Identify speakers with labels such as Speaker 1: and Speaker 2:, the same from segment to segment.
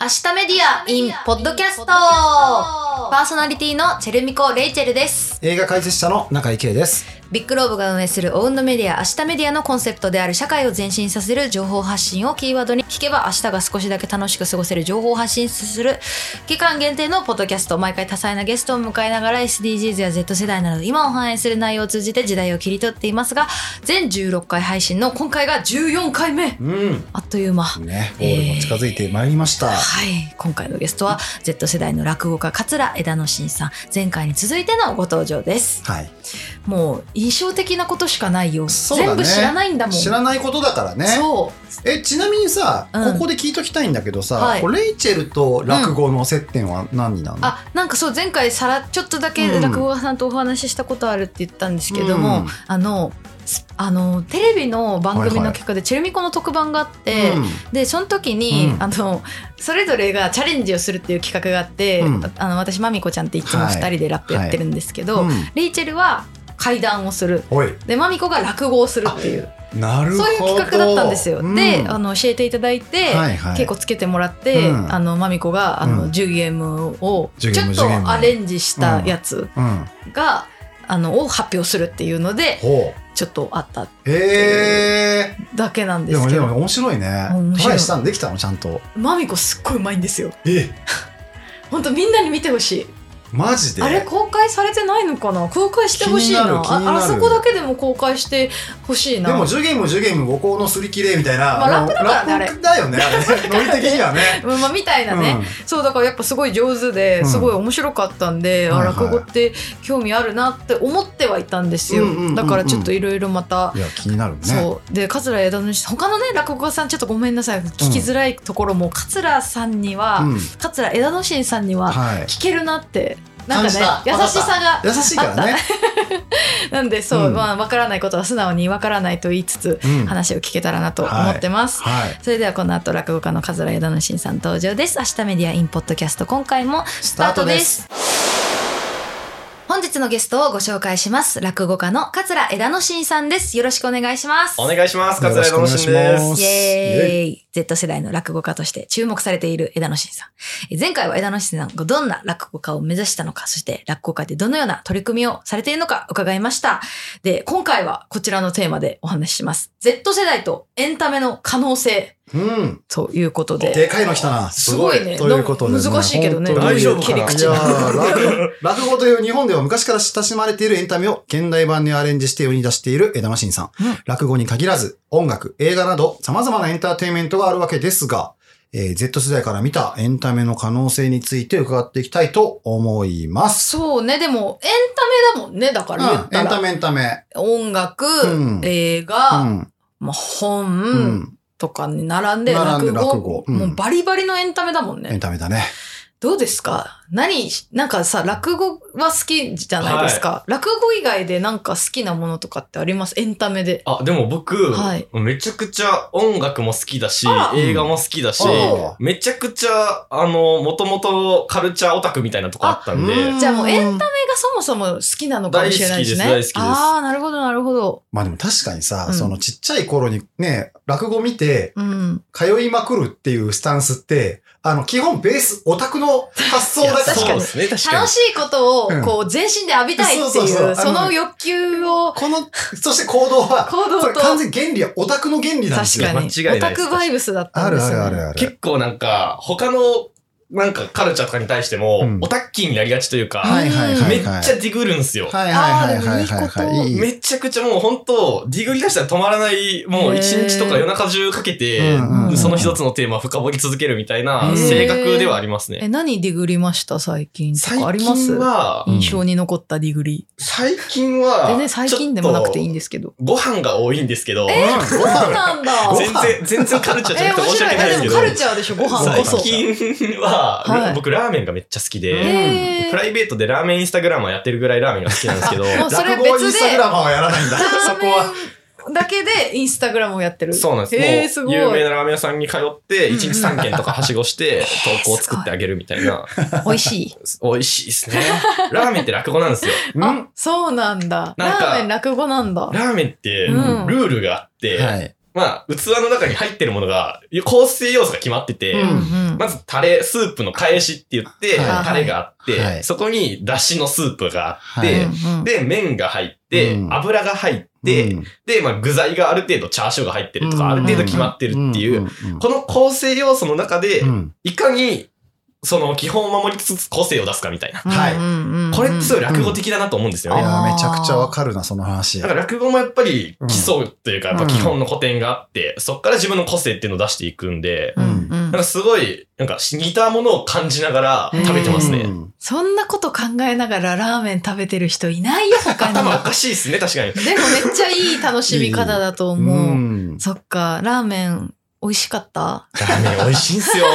Speaker 1: 明日メディア in ポッドキャストパーソナリティのチェルミコ・レイチェルです。
Speaker 2: 映画解説者の中井圭です。
Speaker 1: ビッグローブが運営するオウンドメディア、明日メディアのコンセプトである社会を前進させる情報発信をキーワードに聞けば明日が少しだけ楽しく過ごせる情報を発信する期間限定のポッドキャスト。毎回多彩なゲストを迎えながら SDGs や Z 世代など今を反映する内容を通じて時代を切り取っていますが、全16回配信の今回が14回目
Speaker 2: うん。
Speaker 1: あっという間。
Speaker 2: ね、ゴールも近づいてまいりました。
Speaker 1: はい、今回のゲストは Z 世代の落語家桂枝野伸さん前回に続いてのご登場です
Speaker 2: はい。
Speaker 1: もう印象的なことしかないよ、
Speaker 2: そうだ
Speaker 1: 全
Speaker 2: ね
Speaker 1: 部知らないんだもん
Speaker 2: 知らないことだからね。
Speaker 1: そ
Speaker 2: え、ちなみにさ、
Speaker 1: うん
Speaker 2: ここで聞いときたいんだけどさ、
Speaker 1: はい
Speaker 2: これレイチェルと落語の接点は何になる
Speaker 1: う
Speaker 2: の、
Speaker 1: あなんかそう前回さらちょっとだけ
Speaker 2: うん
Speaker 1: 落語家さんとお話ししたことあるって言ったんですけども、
Speaker 2: うん
Speaker 1: あのすあのテレビの番組の企画でチェルミコの特番があって、でその時に、
Speaker 2: うん
Speaker 1: あのそれぞれがチャレンジをするっていう企画があって、
Speaker 2: うん
Speaker 1: ああの私まみこちゃんっていつも2人でラップやってるんですけど、
Speaker 2: うん。うん。
Speaker 1: レイチェルは階段をする。
Speaker 2: おい、
Speaker 1: で、マミコが落語をするっていう、
Speaker 2: なるほど。
Speaker 1: そういう企画だったんですよ。
Speaker 2: うん
Speaker 1: で、あの、教えていただいて、
Speaker 2: はいはい
Speaker 1: 結構つけてもらって、
Speaker 2: うん
Speaker 1: あの、マミコが、あの、
Speaker 2: うん
Speaker 1: ジュゲームを、ちょ
Speaker 2: ジュゲーム
Speaker 1: っと
Speaker 2: ジュゲーム
Speaker 1: アレンジしたやつ
Speaker 2: うん。
Speaker 1: が、あの、を発表するっていうので、
Speaker 2: ほう。
Speaker 1: ちょっとあった
Speaker 2: え
Speaker 1: だけなん
Speaker 2: ー。
Speaker 1: で
Speaker 2: ですも
Speaker 1: け
Speaker 2: で
Speaker 1: ど、
Speaker 2: も面白いね。
Speaker 1: 面白い
Speaker 2: トライしたのできたのちゃんと。
Speaker 1: マミコすっごいうまいんですよ。
Speaker 2: え、
Speaker 1: ほんとみんなに見てほしい。
Speaker 2: マジで
Speaker 1: あれ公開されてないのかな公開してほしいな
Speaker 2: 気になる気になる
Speaker 1: あ。あそこだけでも公開してほしいな。
Speaker 2: でも10ゲーム10ゲーム五行のすり切れみたいな、
Speaker 1: まあラッ
Speaker 2: もう
Speaker 1: プだからねあれ
Speaker 2: ラップだよねあれねノリ的にはね
Speaker 1: うんまあ、みたいなね、そうだからやっぱすごい上手で
Speaker 2: うん
Speaker 1: すごい面白かったんで、あ
Speaker 2: はいはい
Speaker 1: 落語って興味あるなって思ってはいたんですよ、
Speaker 2: うんうんうんうん
Speaker 1: だからちょっといろいろまた、
Speaker 2: うんいや気になるね
Speaker 1: そうで桂枝野さん他のね落語家さんちょっとごめんなさい聞きづらいところも、桂さんには、
Speaker 2: ん、
Speaker 1: 桂枝野伸さんには
Speaker 2: はい
Speaker 1: 聞けるなってなんかね
Speaker 2: 感じ
Speaker 1: 優
Speaker 2: た
Speaker 1: しさが
Speaker 2: 優しいからね、
Speaker 1: なんでそう、
Speaker 2: うん
Speaker 1: まあ分からないことは素直に分からないと言いつつ
Speaker 2: うん
Speaker 1: 話を聞けたらなと思ってます。
Speaker 2: はい
Speaker 1: それではこの後落語家の桂枝野伸さん登場です明日メディアインポッドキャスト今回も
Speaker 2: ス
Speaker 1: スタートです本日のゲストをご紹介します落語家の桂枝野伸さんですよろしくお願いします
Speaker 3: お願いします。
Speaker 2: よ
Speaker 3: 桂
Speaker 2: ろし
Speaker 3: 田
Speaker 2: くお
Speaker 3: の
Speaker 2: 願い
Speaker 3: し
Speaker 2: し
Speaker 3: ん
Speaker 2: ま
Speaker 3: ですす。
Speaker 1: イエーイ Z 世代の落語家として注目されている枝野伸さん。え前回は枝野伸さんがどんな落語家を目指したのか、そして落語家でどのような取り組みをされているのか伺いました。で、今回はこちらのテーマでお話しします。Z 世代とエンタメの可能性
Speaker 2: うん
Speaker 1: ということで。
Speaker 2: でかいの来たな
Speaker 1: すごいね。
Speaker 2: ということでね、
Speaker 1: 難しいけどね。
Speaker 2: 本当に
Speaker 3: 大丈夫
Speaker 1: 切
Speaker 3: か
Speaker 1: り
Speaker 3: な
Speaker 1: 口
Speaker 2: いやー 落落語という日本では昔から親しまれているエンタメを現代版にアレンジして世に出している枝野伸さん。
Speaker 1: うん
Speaker 2: 落語に限らず音楽、映画など様々なエンターテインメントがあるわけですが、えー Z 世代から見たエンタメの可能性について伺っていきたいと思います。
Speaker 1: そうね。でも、エンタメだもんね。だか
Speaker 2: う
Speaker 1: ら言った
Speaker 2: ん、エンタ
Speaker 1: ら。
Speaker 2: メエンタメ。
Speaker 1: 音楽、
Speaker 2: うん
Speaker 1: 映画、
Speaker 2: うん。
Speaker 1: まあ、本、
Speaker 2: うん。
Speaker 1: とかに並んで
Speaker 2: 並ん
Speaker 1: 落
Speaker 2: で
Speaker 1: 語
Speaker 2: 落語うん
Speaker 1: もうバリバリのエンタメだもん
Speaker 2: エン
Speaker 1: ね。
Speaker 2: タメだね。
Speaker 1: どうですか何、なんかさ、落語は好きじゃないですか。落語以外でなんか好きなものとかってありますエンタメで。
Speaker 3: あ、でも僕、
Speaker 1: はい
Speaker 3: めちゃくちゃ音楽も好きだし
Speaker 1: あ、
Speaker 3: 映画も好きだし
Speaker 2: うんあ、
Speaker 3: めちゃくちゃ、あの、もともとカルチャーオタクみたいなとこあったんで、
Speaker 1: じゃあもうエン
Speaker 2: タメ
Speaker 1: 映画そもそも好きなのかもしれないしね。
Speaker 3: 大好きです大好きです
Speaker 1: ああ、なるほど、なるほど。
Speaker 2: まあでも確かにさ、
Speaker 1: うん
Speaker 2: そのちっちゃい頃にね、落語見て、
Speaker 1: うん。
Speaker 2: 通いまくるっていうスタンスって、あの、基本ベース、オタクの発想だから。
Speaker 1: 確かに
Speaker 3: そうですね、確か
Speaker 1: 楽
Speaker 3: に。
Speaker 1: しいことを
Speaker 2: うん
Speaker 1: こう全身で浴びたいって
Speaker 2: そうそう
Speaker 1: い、
Speaker 2: そうう
Speaker 1: その欲求を
Speaker 2: この、そして行動は、
Speaker 1: 行動
Speaker 2: これ
Speaker 1: と。
Speaker 2: 完全に原理はオタクの原理なんです
Speaker 1: 確
Speaker 2: よ。
Speaker 1: かに。
Speaker 3: 間違
Speaker 1: オ
Speaker 3: いな
Speaker 1: タ
Speaker 3: いです
Speaker 1: クバイブスだった
Speaker 2: あ
Speaker 1: んで
Speaker 2: る
Speaker 1: す
Speaker 2: あ
Speaker 1: よ、ね。
Speaker 2: るあるある。
Speaker 3: 結構なんか、他の、なんかカルチャーとかに対しても、
Speaker 2: うん
Speaker 3: オタッキーになりがちというか、
Speaker 2: はいはいはいはい。
Speaker 3: めっちゃディグるんすよ。
Speaker 2: はいはいはいはい
Speaker 1: あーでも
Speaker 2: はい
Speaker 1: いい
Speaker 2: はい。いい。
Speaker 3: めちゃくちゃもう本当、ディグり出したら止まらない、もう一日とか夜中中かけて、
Speaker 2: うん
Speaker 1: うん
Speaker 3: その一つのテーマを深掘り続けるみたい
Speaker 2: へ
Speaker 3: な
Speaker 2: ー
Speaker 3: 性格ではありますね。
Speaker 1: え、何ディグりました最近と
Speaker 3: 最
Speaker 1: かあります
Speaker 3: 近は、
Speaker 1: 印象に残ったディグリ。
Speaker 3: 最近は、
Speaker 1: 全然最近でもなくていいん
Speaker 3: で
Speaker 1: ですけど。
Speaker 3: ご飯が多いんですけど、
Speaker 1: そうなんだ
Speaker 2: ご飯
Speaker 3: 全然、全然カルチャーじゃ
Speaker 1: え、
Speaker 3: なくて
Speaker 1: 面
Speaker 3: 申し
Speaker 1: 白い。
Speaker 3: 訳ない
Speaker 1: え
Speaker 3: ん
Speaker 1: で
Speaker 3: で
Speaker 1: も
Speaker 3: す
Speaker 1: カ
Speaker 3: け
Speaker 1: ル
Speaker 3: ど、
Speaker 1: チャーでしょ、ご飯
Speaker 2: カ
Speaker 1: こ
Speaker 2: ルチャー
Speaker 1: そ。
Speaker 3: 最近は、
Speaker 1: はい
Speaker 3: 僕ラーメンがめっちゃ好き
Speaker 2: え
Speaker 3: で、
Speaker 1: へ
Speaker 3: プライベートでラーメンインスタグラマーやってるぐらいラーメンが好きなんですけど、
Speaker 1: もうそれ
Speaker 2: 落語はイン
Speaker 1: 別
Speaker 2: スタ
Speaker 1: で、
Speaker 2: グ
Speaker 1: ラ
Speaker 2: ラマーはやらないんだ。そ
Speaker 1: ー
Speaker 2: こ
Speaker 1: メ
Speaker 2: は。
Speaker 1: ンだけでインスタグラムをやってる。
Speaker 3: そうなん
Speaker 1: へー
Speaker 3: です。
Speaker 1: す
Speaker 3: も
Speaker 1: ごい
Speaker 3: う有名なラーメン屋さんに通って、
Speaker 1: うんうん
Speaker 3: 1日3軒とかはしごして、投稿を作ってあげるみたい な。
Speaker 1: 美味しい。
Speaker 3: 美味しいですね。ラーメンって落語なんですよ。
Speaker 2: うんは
Speaker 1: あ、そうなんだ。
Speaker 3: な
Speaker 1: ラ
Speaker 3: んか
Speaker 1: ーメン落語なんだ。
Speaker 3: ラーメンって、ル
Speaker 1: うん
Speaker 3: ールがあって、
Speaker 2: い。
Speaker 3: まあ、器の中に入ってるものが、構成要素が決まってて、
Speaker 2: うん
Speaker 1: うん
Speaker 3: まずタレ、スープの返しって言って、
Speaker 2: はい
Speaker 3: タレがあって、
Speaker 2: はい
Speaker 3: そこに出汁のスープがあって、
Speaker 2: で
Speaker 1: うんうん
Speaker 3: で、麺が入って、
Speaker 2: うん
Speaker 3: 油が入って、
Speaker 2: うん
Speaker 3: で、まあ、具材がある程度チャーシューが入ってるとか、
Speaker 2: うん
Speaker 3: ある程度決まってるっていう、
Speaker 2: んん
Speaker 3: この構成要素の中で、
Speaker 2: うん
Speaker 3: いかに、その基本を守りつつ個性を出すかみたいな。
Speaker 2: はい
Speaker 1: うんうんうん
Speaker 3: これってすごい落語的だなと思うんですよ
Speaker 2: い
Speaker 3: ね。
Speaker 2: や、めちゃくちゃわかるな、その話。
Speaker 3: だから落語もやっぱり基礎というか、
Speaker 2: う
Speaker 3: や
Speaker 2: ん
Speaker 3: っぱ基本の古典があって、そっから自分の個性っていうのを出していくんで、
Speaker 1: うんうん
Speaker 3: なんかすごい、なんか似たものを感じながら食べてますね。
Speaker 2: うん
Speaker 1: そんなこと考えながらラーメン食べてる人いないよ 他にでも
Speaker 3: 頭おかしいですね、確かに。
Speaker 1: めっちゃいい楽しみ方だと思う、
Speaker 2: ん
Speaker 1: そっかラーメン美味しかった
Speaker 3: ラーメン美味しいん すよ。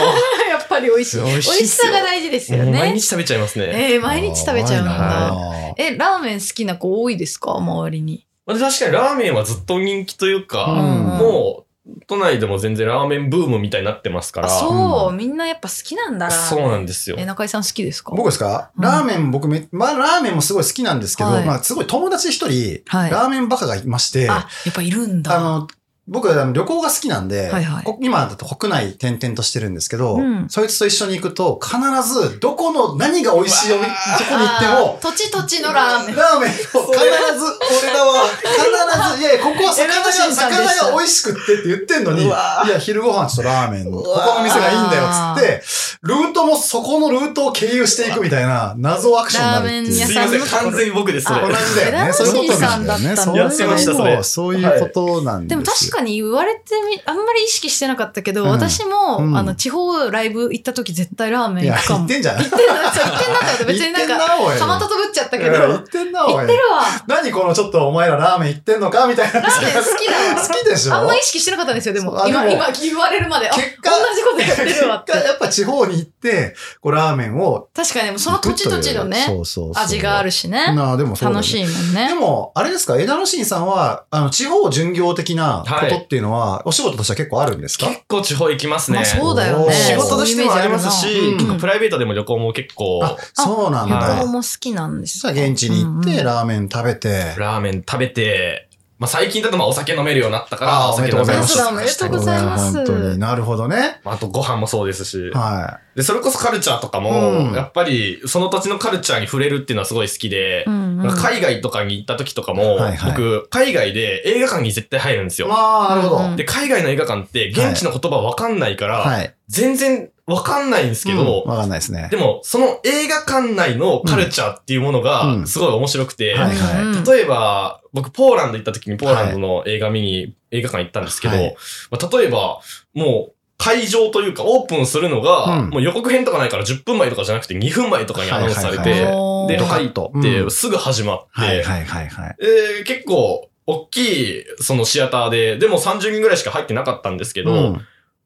Speaker 1: やっぱり美味しい
Speaker 2: 美味
Speaker 1: 美味しさが大事ですよ
Speaker 3: もう毎
Speaker 1: ね
Speaker 3: 日食べちゃいますね。
Speaker 1: えー、毎日食べちゃうん
Speaker 3: あ
Speaker 1: だえラーメン好きな子多いですか周りに
Speaker 3: まあ確かにラーメンはずっと人気という
Speaker 2: うん
Speaker 3: か、もう都内でも全然ラーメンブームみたいになってますから。
Speaker 1: あ
Speaker 3: そ
Speaker 1: そう、
Speaker 2: う
Speaker 1: みんなやっぱ好きなんだ
Speaker 3: う
Speaker 1: な
Speaker 3: なんですよ
Speaker 1: え。中井さん好きですか
Speaker 2: 僕ですか、
Speaker 1: うん
Speaker 2: ラーメン、僕め、まあ、ラーメンもすごい好きなんですけど、
Speaker 1: はい
Speaker 2: まあ、すごい友達一人、
Speaker 1: はい
Speaker 2: ラーメンバカがいまして、
Speaker 1: あやっぱいるんだ
Speaker 2: あの、僕、あの旅行が好きなんで、
Speaker 1: はいはい
Speaker 2: こ今だと国内転々としてるんですけど、
Speaker 1: うん
Speaker 2: そいつと一緒に行くと、必ず、どこの、何が美味しいお店、どこに行って
Speaker 1: あー
Speaker 2: も、
Speaker 1: 土地土地のラーメン
Speaker 2: ラーメンを必ず、俺らは、必ず、いやいや、ここは魚
Speaker 1: 選ばしい
Speaker 2: が、
Speaker 1: んさんでした
Speaker 2: 魚が美味しくってって言ってんのに、い
Speaker 3: わー
Speaker 2: や、昼ご飯ちょっとラーメンの、こ
Speaker 3: う
Speaker 2: こ
Speaker 3: わー
Speaker 2: の店がいいんだよ、つって、ルートもそこのルートを経由していくみたいな、謎アクションになるって
Speaker 1: ラーメン
Speaker 2: い
Speaker 1: 屋
Speaker 2: う
Speaker 3: す
Speaker 1: さ。
Speaker 3: いません、完全に僕です、そ
Speaker 1: ん
Speaker 3: れ
Speaker 2: 同じだよね。そういうことなんだよね。
Speaker 1: 選
Speaker 2: そう
Speaker 1: ば
Speaker 2: いう
Speaker 1: しいさんだったの
Speaker 2: そうそういうことなんです
Speaker 1: で
Speaker 2: よ。
Speaker 1: も確かに言われてみ、あんまり意識してなかったけど、
Speaker 2: うん
Speaker 1: 私も、
Speaker 2: うん
Speaker 1: あの、地方ライブ行った時絶対ラーメ
Speaker 2: い
Speaker 1: ン
Speaker 2: や、
Speaker 1: 行くか
Speaker 2: 言
Speaker 1: も。
Speaker 2: ってんじゃん。
Speaker 1: 行ってんな、そう行ってんなって思って別になんか、
Speaker 2: か
Speaker 1: かまととぶっちゃったけど、
Speaker 2: 言
Speaker 1: 行っ
Speaker 2: ってんな、おい。
Speaker 1: てるわ。
Speaker 2: 何このちょっとお前らラーメン行ってんのかみたいな。
Speaker 1: ラーメン好きだわ。
Speaker 2: 好きでしょ
Speaker 1: あんま意識してなかったんですよ、でも。
Speaker 2: そうあ
Speaker 1: 今、
Speaker 2: でも
Speaker 1: 今言われるまで。あ、同じ
Speaker 2: 結果
Speaker 1: ことやってるわって
Speaker 2: 結。果やっぱ地方に行って、こうラーメンを
Speaker 1: 確かに、でもそ
Speaker 2: 行
Speaker 1: の
Speaker 2: く
Speaker 1: 土
Speaker 2: と
Speaker 1: 地土
Speaker 2: いう。
Speaker 1: 地のね、
Speaker 2: そうそうそう
Speaker 1: 味があるしね。
Speaker 2: なあ、でもそうだね
Speaker 1: 楽しいもん
Speaker 2: で
Speaker 1: ね。
Speaker 2: も、あれですか、枝野新さんは、あの、地方巡業的なことっていうのは、お仕事としては結構あるんですか
Speaker 3: 結構地方行きます
Speaker 1: ま
Speaker 3: ね。
Speaker 1: あそうだよ
Speaker 2: お
Speaker 1: ね。
Speaker 2: ー
Speaker 3: 仕事としてもありますし、
Speaker 2: そういうイメージあるな
Speaker 3: 結構プライベートでも旅行も結構、
Speaker 2: あ、そうなん
Speaker 1: 旅行
Speaker 2: だ。
Speaker 1: も好きなんです
Speaker 2: 実は現地に行っ
Speaker 1: うんう
Speaker 2: て、
Speaker 1: ん
Speaker 2: ラーメン食べて。
Speaker 3: ラーメン食べて、まあ最近だとまあお酒飲めるようになったか
Speaker 2: あ
Speaker 3: ら、
Speaker 2: ー
Speaker 3: お
Speaker 2: おめ
Speaker 3: 酒
Speaker 2: でとう
Speaker 3: 飲
Speaker 2: ござい
Speaker 3: めま
Speaker 2: ます
Speaker 3: し
Speaker 1: ありがとうございます
Speaker 2: 本当に。なるほどね。
Speaker 3: あとご飯もそうですし、
Speaker 2: は
Speaker 3: で、それこそカルチャーとか
Speaker 2: う
Speaker 3: も
Speaker 2: ん、
Speaker 3: やっぱりその土地のカルチャーに触れるっていうのはすごい好きで
Speaker 1: う、んうん
Speaker 3: 海外とかに行った時とかも
Speaker 2: はい、はい
Speaker 3: 僕、海外で映画館に絶対入るんです
Speaker 2: い。
Speaker 3: よ。
Speaker 2: まあ、なるほ
Speaker 1: うんうん
Speaker 2: ど。
Speaker 3: で、海外の映画館って現地の言葉わかんないから、
Speaker 2: はい。
Speaker 3: 全然わかんないんですけど
Speaker 2: うん、わかんないですね。
Speaker 3: でも、その映画館内のカルチャーっていうもの
Speaker 2: う
Speaker 3: が、
Speaker 2: ん
Speaker 3: すごい面白くて、
Speaker 2: はいはい
Speaker 1: うん
Speaker 3: 例えば、僕、ポーランド行った時にポーランドの映画見に、映画館行ったんですけど、
Speaker 2: はい
Speaker 3: まあ例えば、もう、会場というか、オープンするのが、
Speaker 2: うん
Speaker 3: もう予告編とかないから10分前とかじゃなくて2分前とかにアナウンスされ
Speaker 2: はい
Speaker 3: て、
Speaker 1: おー
Speaker 3: で、
Speaker 2: ドカ
Speaker 3: 入
Speaker 2: ッと
Speaker 3: っ
Speaker 2: う
Speaker 3: て、
Speaker 2: ん
Speaker 3: すぐ始まって、
Speaker 2: はいはいはいはい。
Speaker 3: えー結構、大きい、そのシアターで、でも30人ぐらいしか入ってなかったんですけど、
Speaker 2: うん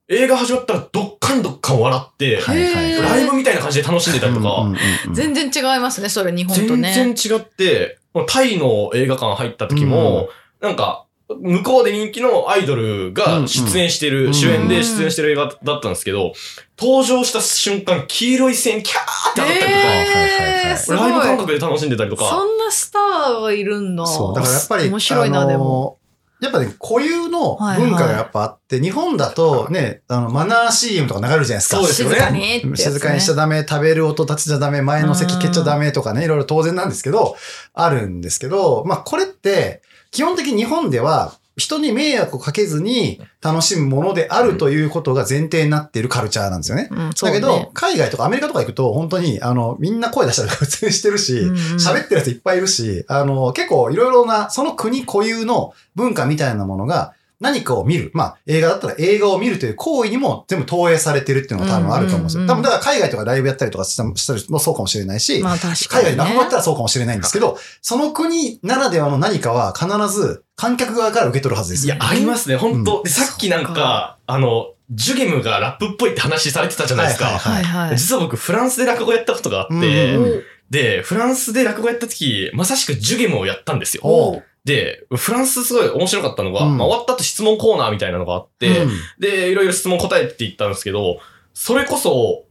Speaker 3: 映画始まったらどっかんどっかん笑って、
Speaker 2: はいはい
Speaker 1: へー
Speaker 3: ライブみたいな感じで楽しんでたりとか、
Speaker 2: うんうんうん
Speaker 1: 全然違いますね、それ日本と
Speaker 3: 全
Speaker 1: ね。
Speaker 3: 然違って、タイの映画館入った時も、なんか、向こうで人気のアイドルが出演してる、
Speaker 2: うん
Speaker 3: 主演で出演してる映画だったんですけど、登場した瞬間、黄色い線キャーって当たったりとか、
Speaker 1: えーすごい
Speaker 3: ライブ感覚で楽しんでたりと
Speaker 1: そ
Speaker 3: か、
Speaker 1: んなスターがいるんだ。
Speaker 2: そう。だからやっぱり、
Speaker 1: 面白いな、
Speaker 2: あのー
Speaker 1: でも。
Speaker 2: やっぱね、固有の文化がやっぱあって、日本だとね、あの、マナー CM とか流れるじゃないですか。
Speaker 3: そうですよね
Speaker 1: 静かにってやつね
Speaker 2: 静かにしちゃダメ、食べる音立ちちゃダメ、前の席蹴っちゃダメとかね、いろいろ当然なんですけど、あるんですけど、まあこれって、基本的に日本では、人に迷惑をかけずに楽しむものであるということが前提になっているカルチャーなんですよね。
Speaker 1: うん、そう
Speaker 2: だ
Speaker 1: ね
Speaker 2: けど、、海外とかアメリカとか行くと、本当に、あの、みんな声出したら普通にしてるし、喋ってるやついっぱいいるし、あの、結構いろいろな、その国固有の文化みたいなものが、何かを見る。まあ、映画だったら映画を見るという行為にも全部投影されてるっていうのが多分あると思うんです
Speaker 1: う
Speaker 2: よ。
Speaker 1: んうん
Speaker 2: 多
Speaker 1: うん
Speaker 2: 分だから海外とかライブやったりとかしたしたりもそうかもしれないし、
Speaker 1: まあ確か
Speaker 2: 海
Speaker 1: に、
Speaker 2: 外
Speaker 1: ね。
Speaker 2: に亡くなったらそうかもしれないんですけど、その国ならではの何かは必ず観客側から受け取るはずです。
Speaker 3: いや、ありますね、本当、
Speaker 2: うん
Speaker 3: でさっきなん
Speaker 1: そ
Speaker 3: か
Speaker 1: っか
Speaker 3: あの、ジュゲムがラップっぽいって話されてたじゃないですか。
Speaker 2: はいはい
Speaker 1: はいはい。
Speaker 3: 実は僕、フランスで落語やったことがあって、
Speaker 2: うんうん
Speaker 3: で、フランスで落語やった時、まさしくジュゲムをやったんですよ。
Speaker 2: おう
Speaker 3: で、フランスすごい面白かったのが、
Speaker 2: うん
Speaker 3: まあ、終わった後質問コーナーみたいなのがあって、
Speaker 2: うん
Speaker 3: で、いろいろ質問答えていったんですけど、それこそ、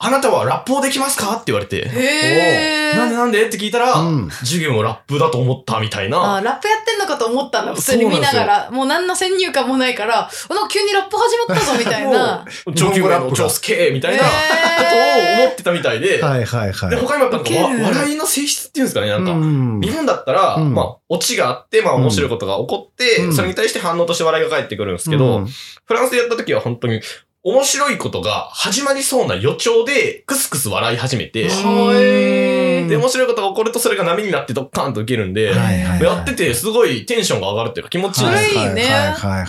Speaker 3: あなたはラップをできますかって言われて、
Speaker 1: へ
Speaker 3: なんで
Speaker 1: ー
Speaker 3: なんでって聞いたら、
Speaker 2: うん
Speaker 3: 授業もラップだと思ったみたいな。
Speaker 1: あラップやってんのかと思ったんだ普通に
Speaker 3: そうな
Speaker 1: 見
Speaker 3: んで
Speaker 1: な
Speaker 3: すよ
Speaker 1: がらもう何の先入観もないからあなんか急にラップ始まったぞみたいな
Speaker 3: 上級
Speaker 2: 日本語ラ
Speaker 3: ラ
Speaker 2: ッ
Speaker 3: ッ
Speaker 2: プ
Speaker 3: プ
Speaker 2: だ
Speaker 3: 超すけみたいなことを
Speaker 1: へ
Speaker 3: 思ってたみたいで、
Speaker 2: はいはいはい。
Speaker 3: で、他にもやっぱなんか
Speaker 1: ウケる
Speaker 3: わ笑いの性質っていうんですかね、なんか。
Speaker 2: うん
Speaker 3: 日本だったら、
Speaker 2: うん
Speaker 3: まあ、オチがあって、まあ、面白いことが起こって、
Speaker 2: うん
Speaker 3: それに対して反応として笑いが返ってくるんですけど、
Speaker 2: うん
Speaker 3: フランスでやった時は本当に、面白いことが始まりそうな予兆で、クスクス笑い始めて、
Speaker 1: ーへー
Speaker 3: で、面白いことが起こるとそれが波になってドッカンと受けるんで、
Speaker 1: はい
Speaker 3: やっててすごいテンションが上がるっていうか気持ちいい
Speaker 1: は
Speaker 3: で
Speaker 1: い
Speaker 3: す。
Speaker 1: いね
Speaker 2: ね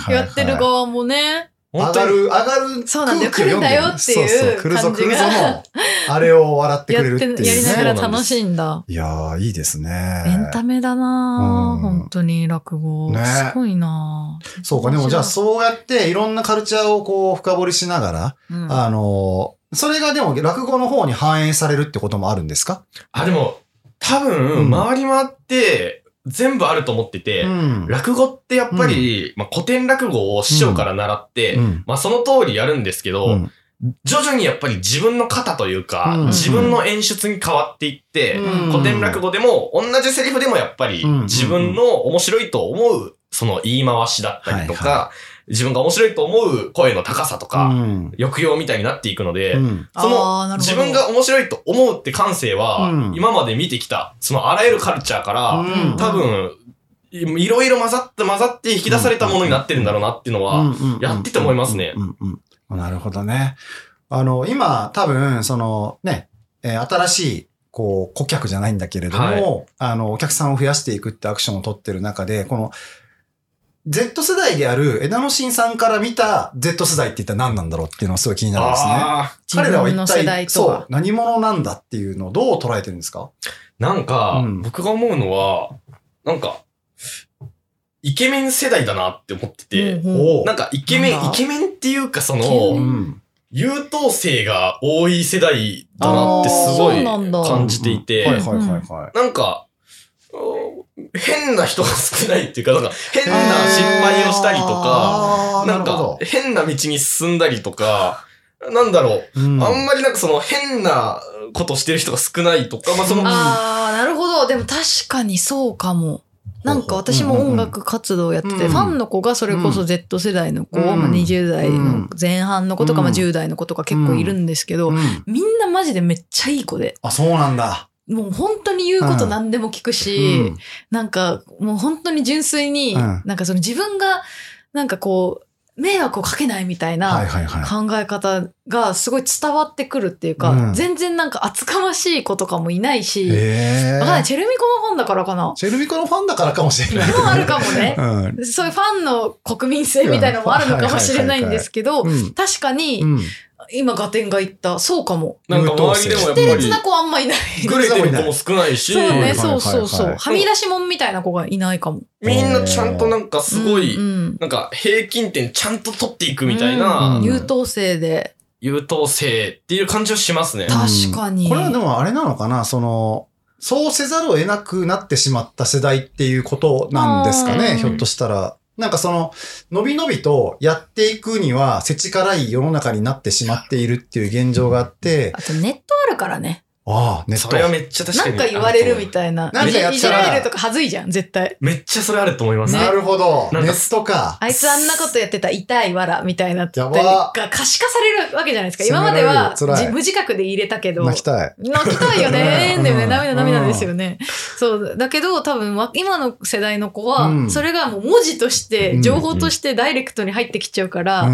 Speaker 1: やってる側もね
Speaker 2: 上
Speaker 3: 本
Speaker 2: が
Speaker 3: 当に。
Speaker 2: る、上がる
Speaker 1: そうなんだよ
Speaker 2: 空気
Speaker 1: 来る
Speaker 2: を読で
Speaker 1: んだよっていう
Speaker 2: そうそう、来るぞ
Speaker 1: 感じ
Speaker 2: 来
Speaker 1: が
Speaker 2: るぞの、あれを笑って
Speaker 1: や
Speaker 2: く
Speaker 1: っ
Speaker 2: れるって
Speaker 1: て
Speaker 2: いう
Speaker 1: やりなが
Speaker 2: ね。
Speaker 1: ら楽しいんだ
Speaker 2: いやー、いいですね。
Speaker 1: エンタメだな、
Speaker 2: うん
Speaker 1: 本当に落語、
Speaker 2: ね
Speaker 1: すごいな
Speaker 2: そうか、でもじゃあそうやっていろんなカルチャーをこう深掘りしながら、
Speaker 1: うん
Speaker 2: あのー、それがでも落語の方に反映されるってこともあるんですか
Speaker 3: あ、でも、多
Speaker 2: うん
Speaker 3: 分、回り回って、全部あると思ってて、
Speaker 2: ん
Speaker 3: 落語ってやっぱり、まあ、古典落語を師匠から習って、
Speaker 2: うん
Speaker 3: まあ、その通りやるんですけど、
Speaker 2: うん
Speaker 3: 徐々にやっぱり自分の型というか、
Speaker 2: うん
Speaker 3: 自分の演出に変わっていって、
Speaker 1: うん
Speaker 3: 古典落語でも同じセリフでもやっぱり
Speaker 2: うん
Speaker 3: 自分の面白いと思うその言い回しだったりとか、
Speaker 2: はい
Speaker 3: 自分が面白いと思う声の高さとか、
Speaker 2: うん
Speaker 3: 抑揚みたいになっていくので、
Speaker 2: うん
Speaker 3: そ
Speaker 1: あーな
Speaker 3: の
Speaker 1: るほど
Speaker 3: 自分が面白いと思うって感性は、
Speaker 2: うん
Speaker 3: 今まで見てきたそのあらゆるカルチャーから、
Speaker 2: うん
Speaker 3: 多分いいろいろ混ざって混ざって引き出されたものになってるんだろうなっていうのは、やってて思いますね
Speaker 2: うんうんうんなるほどね。あの、今、多分、そのね、えー新しい、こう、顧客じゃないんだけれども、
Speaker 3: は
Speaker 2: あの、お客さんを増やしていくってアクションを取ってる中で、この、Z 世代である枝野新さんから見た Z 世代って一体何なんだろうっていうのがすごい気になるんですね。
Speaker 3: あー
Speaker 2: 彼らは
Speaker 1: 自分
Speaker 2: 一
Speaker 1: の世代
Speaker 2: 体、
Speaker 1: と
Speaker 2: そう
Speaker 1: は、
Speaker 2: 何者なんだっていうのをどう捉えてるんですか
Speaker 3: なんか、
Speaker 2: うん
Speaker 3: 僕が思うのは、なんか、イケメン世代だなって思ってて、
Speaker 1: うんうん
Speaker 2: おう
Speaker 3: なんかイケメ
Speaker 1: なん
Speaker 3: ン、
Speaker 1: だ
Speaker 3: イケメンっていうかそ
Speaker 1: イケ
Speaker 2: う
Speaker 1: メ
Speaker 3: の、
Speaker 1: ン
Speaker 2: ん。
Speaker 3: 優等生が多い世代だなってすご
Speaker 1: あーそ
Speaker 3: いう
Speaker 1: なんだ
Speaker 3: 感じていて、
Speaker 2: うん
Speaker 3: な
Speaker 2: うん
Speaker 3: ん
Speaker 2: はいはいはいはい。
Speaker 3: か、うん変な人が少ないっていうか、なんか変な失敗をしたりとか、
Speaker 2: あー
Speaker 3: なん
Speaker 2: るほ
Speaker 3: か
Speaker 2: ど
Speaker 3: 変な道に進んだりとか、なんだろう、
Speaker 2: うん
Speaker 3: あんまりなんかその変なことしてる人が少ないとか、まあその、
Speaker 1: あーなるほどでも確かにそうかもなんか私も音楽活動やってて、
Speaker 2: うんうん
Speaker 1: ファンの子がそれこ
Speaker 2: う
Speaker 1: そ Z 世代の子、
Speaker 2: うん
Speaker 1: まあ、20代の前半の子とか、
Speaker 2: うん
Speaker 1: まあ、10代の子とか結構いるんですけど、
Speaker 2: うん
Speaker 1: みんなマジでめっちゃいい子で
Speaker 2: あ、そうなんだ。
Speaker 1: もう本当に言うこと何でも聞くし、
Speaker 2: うん
Speaker 1: なんかもう本当に純粋に、
Speaker 2: うん
Speaker 1: なんかその自分がなんかこう迷惑をかけないみたいな、
Speaker 2: はいはいはい。
Speaker 1: 考え方がすごい伝わってくるっていうか、
Speaker 2: うん
Speaker 1: 全然なんか厚かましい子とかもいないし、
Speaker 2: え
Speaker 1: わ
Speaker 2: え
Speaker 1: かんない、チェルミコのファンだからかな。も
Speaker 2: チェルミコのファンだからかもしれない。
Speaker 1: あるかもね。
Speaker 2: うん。
Speaker 1: そういうファンの国民性みたいなのもあるのかもしれないんですけど、
Speaker 2: うん。
Speaker 1: 確かに
Speaker 2: うん。
Speaker 1: 今ガテンが言った、そうかも。
Speaker 3: なんか周りでもやっぱ
Speaker 1: テレ
Speaker 3: り
Speaker 1: ツ、な子あんまいない。
Speaker 3: グレてる子も少ないし、
Speaker 1: そう
Speaker 2: はいはいはい
Speaker 1: ね、そうそうそう。
Speaker 2: うん
Speaker 1: はみ出しもんみたいな子がいないかも。
Speaker 3: みんなちゃんとなんかすごい、
Speaker 1: うんうん
Speaker 3: なんか平均点ちゃんと取っていくみたい
Speaker 2: うん
Speaker 3: な
Speaker 2: うん
Speaker 1: 優等生で、
Speaker 3: 優等生っていう感じはしますね。
Speaker 1: 確かに。
Speaker 2: これはでもあれなのかなその、そうせざるを得なくなってしまった世代っていうことなんですか
Speaker 1: う
Speaker 2: ね
Speaker 1: ん
Speaker 2: ひょっとしたら。なんかその、のびのびとやっていくには、せちからい世の中になってしまっているっていう現状があって、
Speaker 1: あとネットあるからね。
Speaker 2: ああ、ネッ
Speaker 3: そ
Speaker 2: ト
Speaker 3: れ。はめっちゃ確か
Speaker 1: な
Speaker 3: に。
Speaker 1: んか言われるみ
Speaker 3: い。
Speaker 1: たいな。
Speaker 2: なん
Speaker 1: い
Speaker 2: か
Speaker 1: じ
Speaker 2: やったら
Speaker 1: いじられるとかはずいじゃん、絶対。
Speaker 3: めっちゃそれあると思います。
Speaker 2: なるほど。
Speaker 3: なん
Speaker 2: ネ
Speaker 3: か
Speaker 2: ットか。
Speaker 1: あいつあんなことやってた、痛いわら、みたいなって、
Speaker 2: や
Speaker 1: が
Speaker 2: ば
Speaker 1: 可視化されるわけじゃないですか。
Speaker 2: 責め
Speaker 1: 今
Speaker 2: ら
Speaker 1: ま
Speaker 2: れ
Speaker 1: で
Speaker 2: る
Speaker 1: は
Speaker 2: 辛い
Speaker 1: じ無自覚で入れたけど。
Speaker 2: 泣き
Speaker 1: 泣
Speaker 2: たい。
Speaker 1: きたいよね。
Speaker 2: うん
Speaker 1: でもね、涙涙ですよね。そう。だけど、多分わ、今の世代の子は、
Speaker 2: うん
Speaker 1: それがもう文字として、
Speaker 2: うん
Speaker 1: 情報としてダイレクトに入ってきちゃうから、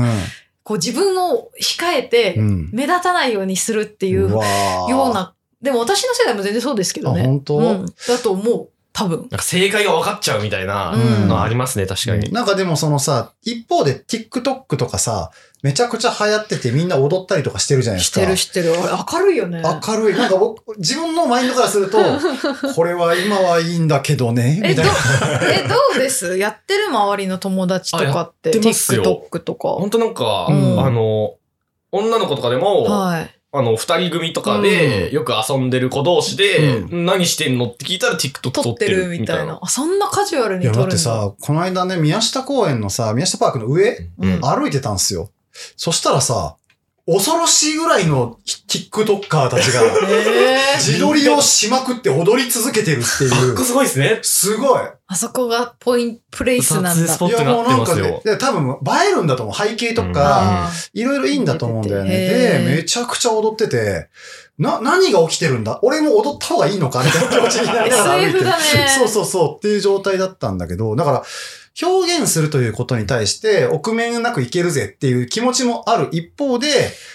Speaker 1: こう自分を控えて
Speaker 2: う、ん。
Speaker 1: 目立たないようにするっていうよ
Speaker 2: わー
Speaker 1: うな。でも私の世代も全然そうですけどね。
Speaker 2: あ本当
Speaker 1: うん、だと思う。多分。
Speaker 3: なんか正解が分かっちゃうみたいな
Speaker 1: うん
Speaker 3: のありますね、確かに。
Speaker 2: なんかでもそのさ、一方で TikTok とかさ、めちゃくちゃ流行っててみんな踊ったりとかしてるじゃないで
Speaker 1: し
Speaker 2: すか。
Speaker 1: てるしてる。あれ明るいよね。
Speaker 2: 明るい。なんか僕、自分のマインドからすると、これは今はいいんだけどね、
Speaker 1: え、
Speaker 2: み
Speaker 1: ど
Speaker 2: たいな。、
Speaker 1: え、どうですやってる周りの友達とかって。
Speaker 3: あやってますよ
Speaker 1: TikTok とか。
Speaker 3: 本当なんか、
Speaker 2: うん
Speaker 3: あの、女の子とかでも、
Speaker 1: はい。
Speaker 3: あの、二人組とかで、
Speaker 2: う
Speaker 3: よく遊んでる子同士で、
Speaker 2: う
Speaker 3: 何してんのって聞いたら
Speaker 1: 撮
Speaker 3: TikTok 撮
Speaker 1: っ
Speaker 3: ってて
Speaker 1: る
Speaker 3: る
Speaker 1: み
Speaker 3: み
Speaker 1: た
Speaker 3: た
Speaker 1: い
Speaker 3: い
Speaker 1: な
Speaker 3: な。。
Speaker 1: あ、そんなカジュアル
Speaker 2: い
Speaker 1: に
Speaker 2: や、
Speaker 1: 撮る
Speaker 2: だ
Speaker 1: ん
Speaker 2: ってさ、この間ね、宮下公園のさ、宮下パークの上、
Speaker 3: うん
Speaker 2: 歩いてたんすよ。そしたらさ、恐ろしいぐらいのひ TikToker たちが、 自撮りをしまくって踊り続けてるってい
Speaker 3: バッ
Speaker 2: う
Speaker 3: ク。すごいですね。
Speaker 2: すごい。
Speaker 1: あそこがポイント、プレイスなんだ。
Speaker 3: 撮ってなってますよ
Speaker 2: いやもうなんかね、多分映えるんだと思う。背景とか、
Speaker 1: あ
Speaker 2: いろいろいいんだと思うんだよね。
Speaker 1: 出ててへ
Speaker 2: で
Speaker 1: ー、
Speaker 2: めちゃくちゃ踊ってて、な、何が起きてるんだ俺も踊った方がいいのかみたいな気持ちになりながら 歩いて
Speaker 1: SF だね
Speaker 2: そうそうそうっていう状態だったんだけど、だから、表現するということに対して、臆面なくいけるぜっていう気持ちもある一方で、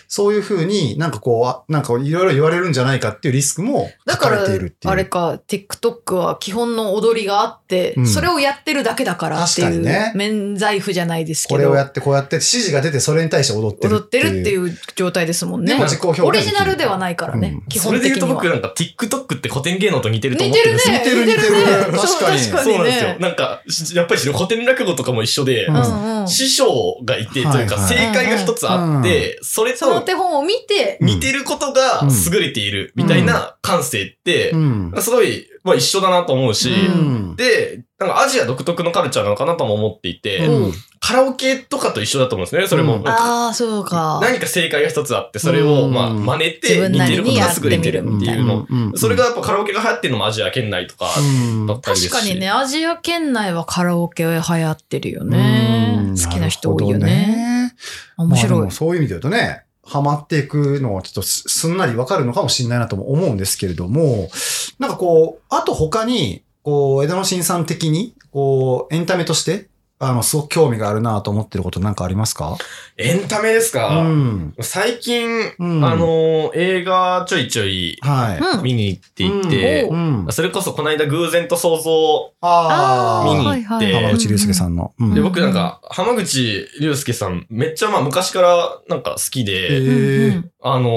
Speaker 2: そういうふうになんかこうあ、なんかいろいろ言われるんじゃないかっていうリスクも
Speaker 1: だ
Speaker 2: 書
Speaker 1: か
Speaker 2: かられているってい
Speaker 1: あれ
Speaker 2: う。
Speaker 1: か TikTok は基本の踊りがあって、
Speaker 2: うん
Speaker 1: それをやってるだけだからってい
Speaker 2: 確
Speaker 1: う、
Speaker 2: かにね
Speaker 1: 免罪符じゃないですけ
Speaker 2: こ
Speaker 1: ど
Speaker 2: れをやってこうやって指示が出てそれに対して踊ってる。
Speaker 1: 踊ってるっていうう状態ですもん
Speaker 2: で
Speaker 1: ね
Speaker 2: も自己表現
Speaker 1: オリ
Speaker 2: き
Speaker 1: ジ
Speaker 2: る
Speaker 1: ナルではないからね、
Speaker 2: うん
Speaker 1: 基
Speaker 3: そ
Speaker 1: 本
Speaker 3: れで
Speaker 1: 的
Speaker 3: 言うと
Speaker 1: には
Speaker 3: 僕なんか TikTok って古典芸能と似てると
Speaker 1: 似
Speaker 3: 思っててるん
Speaker 1: る
Speaker 3: で
Speaker 1: ね
Speaker 3: すよ。
Speaker 2: 似てる似てる
Speaker 1: ね
Speaker 2: 確かに
Speaker 1: そう
Speaker 3: そうなんですよ。
Speaker 1: ね
Speaker 3: なんか、しやっぱり古典落語とかも一緒で、
Speaker 2: うん
Speaker 1: うんうん
Speaker 3: 師匠がいてというか、
Speaker 2: はい
Speaker 3: 正
Speaker 1: はい
Speaker 3: 解が一つあって、それ
Speaker 1: その
Speaker 3: と
Speaker 1: 手本を見て
Speaker 3: 似てることが優れているみたいな感性って
Speaker 2: う、ん。
Speaker 3: すごい、まあ一緒だなと思うし、
Speaker 2: うん
Speaker 3: で、なんかアジア独特のカルチャーなのかなとも思っていて、
Speaker 1: うん
Speaker 3: カラオケとかと一緒だと思うんですね、それも。
Speaker 2: うん
Speaker 3: なんか
Speaker 1: ああそうか
Speaker 3: 何か正解が一つあって、それを、
Speaker 2: うん
Speaker 3: まあ、真似
Speaker 1: 自
Speaker 3: て
Speaker 1: 分
Speaker 3: 似
Speaker 1: な
Speaker 3: て
Speaker 1: り
Speaker 3: ること
Speaker 1: にや
Speaker 3: が
Speaker 1: って
Speaker 3: 優れ
Speaker 1: み
Speaker 3: て
Speaker 1: る
Speaker 3: る
Speaker 1: み
Speaker 3: ったて
Speaker 1: い
Speaker 3: いう
Speaker 1: な
Speaker 3: の。それが、やっぱカラオケが流行ってるのもアジア圏内とかだったりです
Speaker 1: 確
Speaker 3: し。
Speaker 1: かにねアジア圏内はカラオケ流行ってるよ
Speaker 2: う
Speaker 1: ね
Speaker 2: ん
Speaker 1: 好きな人多いよ
Speaker 2: なるほど
Speaker 1: ね面
Speaker 2: まあ
Speaker 1: 白
Speaker 2: で
Speaker 1: い
Speaker 2: もそういう意味で言うとね、ハマっていくのはちょっとすすんなりわかるのかもしれないなとも思うんですけれども、なんかこう、あと他に、こう、枝野新さん的に、こう、エンタメとして、あの、すごく興味があるなと思ってることなんかありますか
Speaker 3: エンタメですか、
Speaker 2: ん。
Speaker 3: 最近、
Speaker 2: うん
Speaker 3: あのー、映画ちょいちょい
Speaker 2: はい。。
Speaker 1: うん
Speaker 3: 見に行っていて、
Speaker 1: うん
Speaker 3: それこそこの間偶然と想像、
Speaker 2: あ
Speaker 3: 見
Speaker 2: あ、
Speaker 3: に行って
Speaker 1: はいはい
Speaker 2: 浜口竜介さんの。うん
Speaker 3: で、
Speaker 1: うん
Speaker 3: 僕なんか、浜口竜介さん、めっちゃまあ昔からなんか好きで、
Speaker 1: うんう
Speaker 2: へ
Speaker 1: ん
Speaker 2: ー
Speaker 3: あの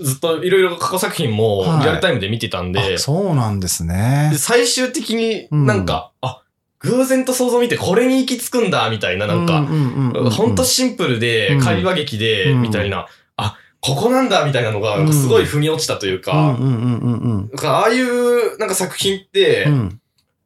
Speaker 3: ーずっといろいろ過去作品も
Speaker 2: はい
Speaker 3: リアルタイムで見てたんで、
Speaker 2: あそうなんですね
Speaker 3: で。最終的になんか、あ、偶然と想像見てこれに行き着くんだ、みたいな、なんか、
Speaker 2: か
Speaker 3: ほんとシンプルで
Speaker 2: う、ん
Speaker 3: 会話劇で、
Speaker 2: うん
Speaker 3: みたいな、あ、ここなんだ、みたいなのが、なんかすごい腑に落ちたというか、
Speaker 2: うんうんうんうんうん
Speaker 3: なんかああいうなんか作品って
Speaker 2: う、ん。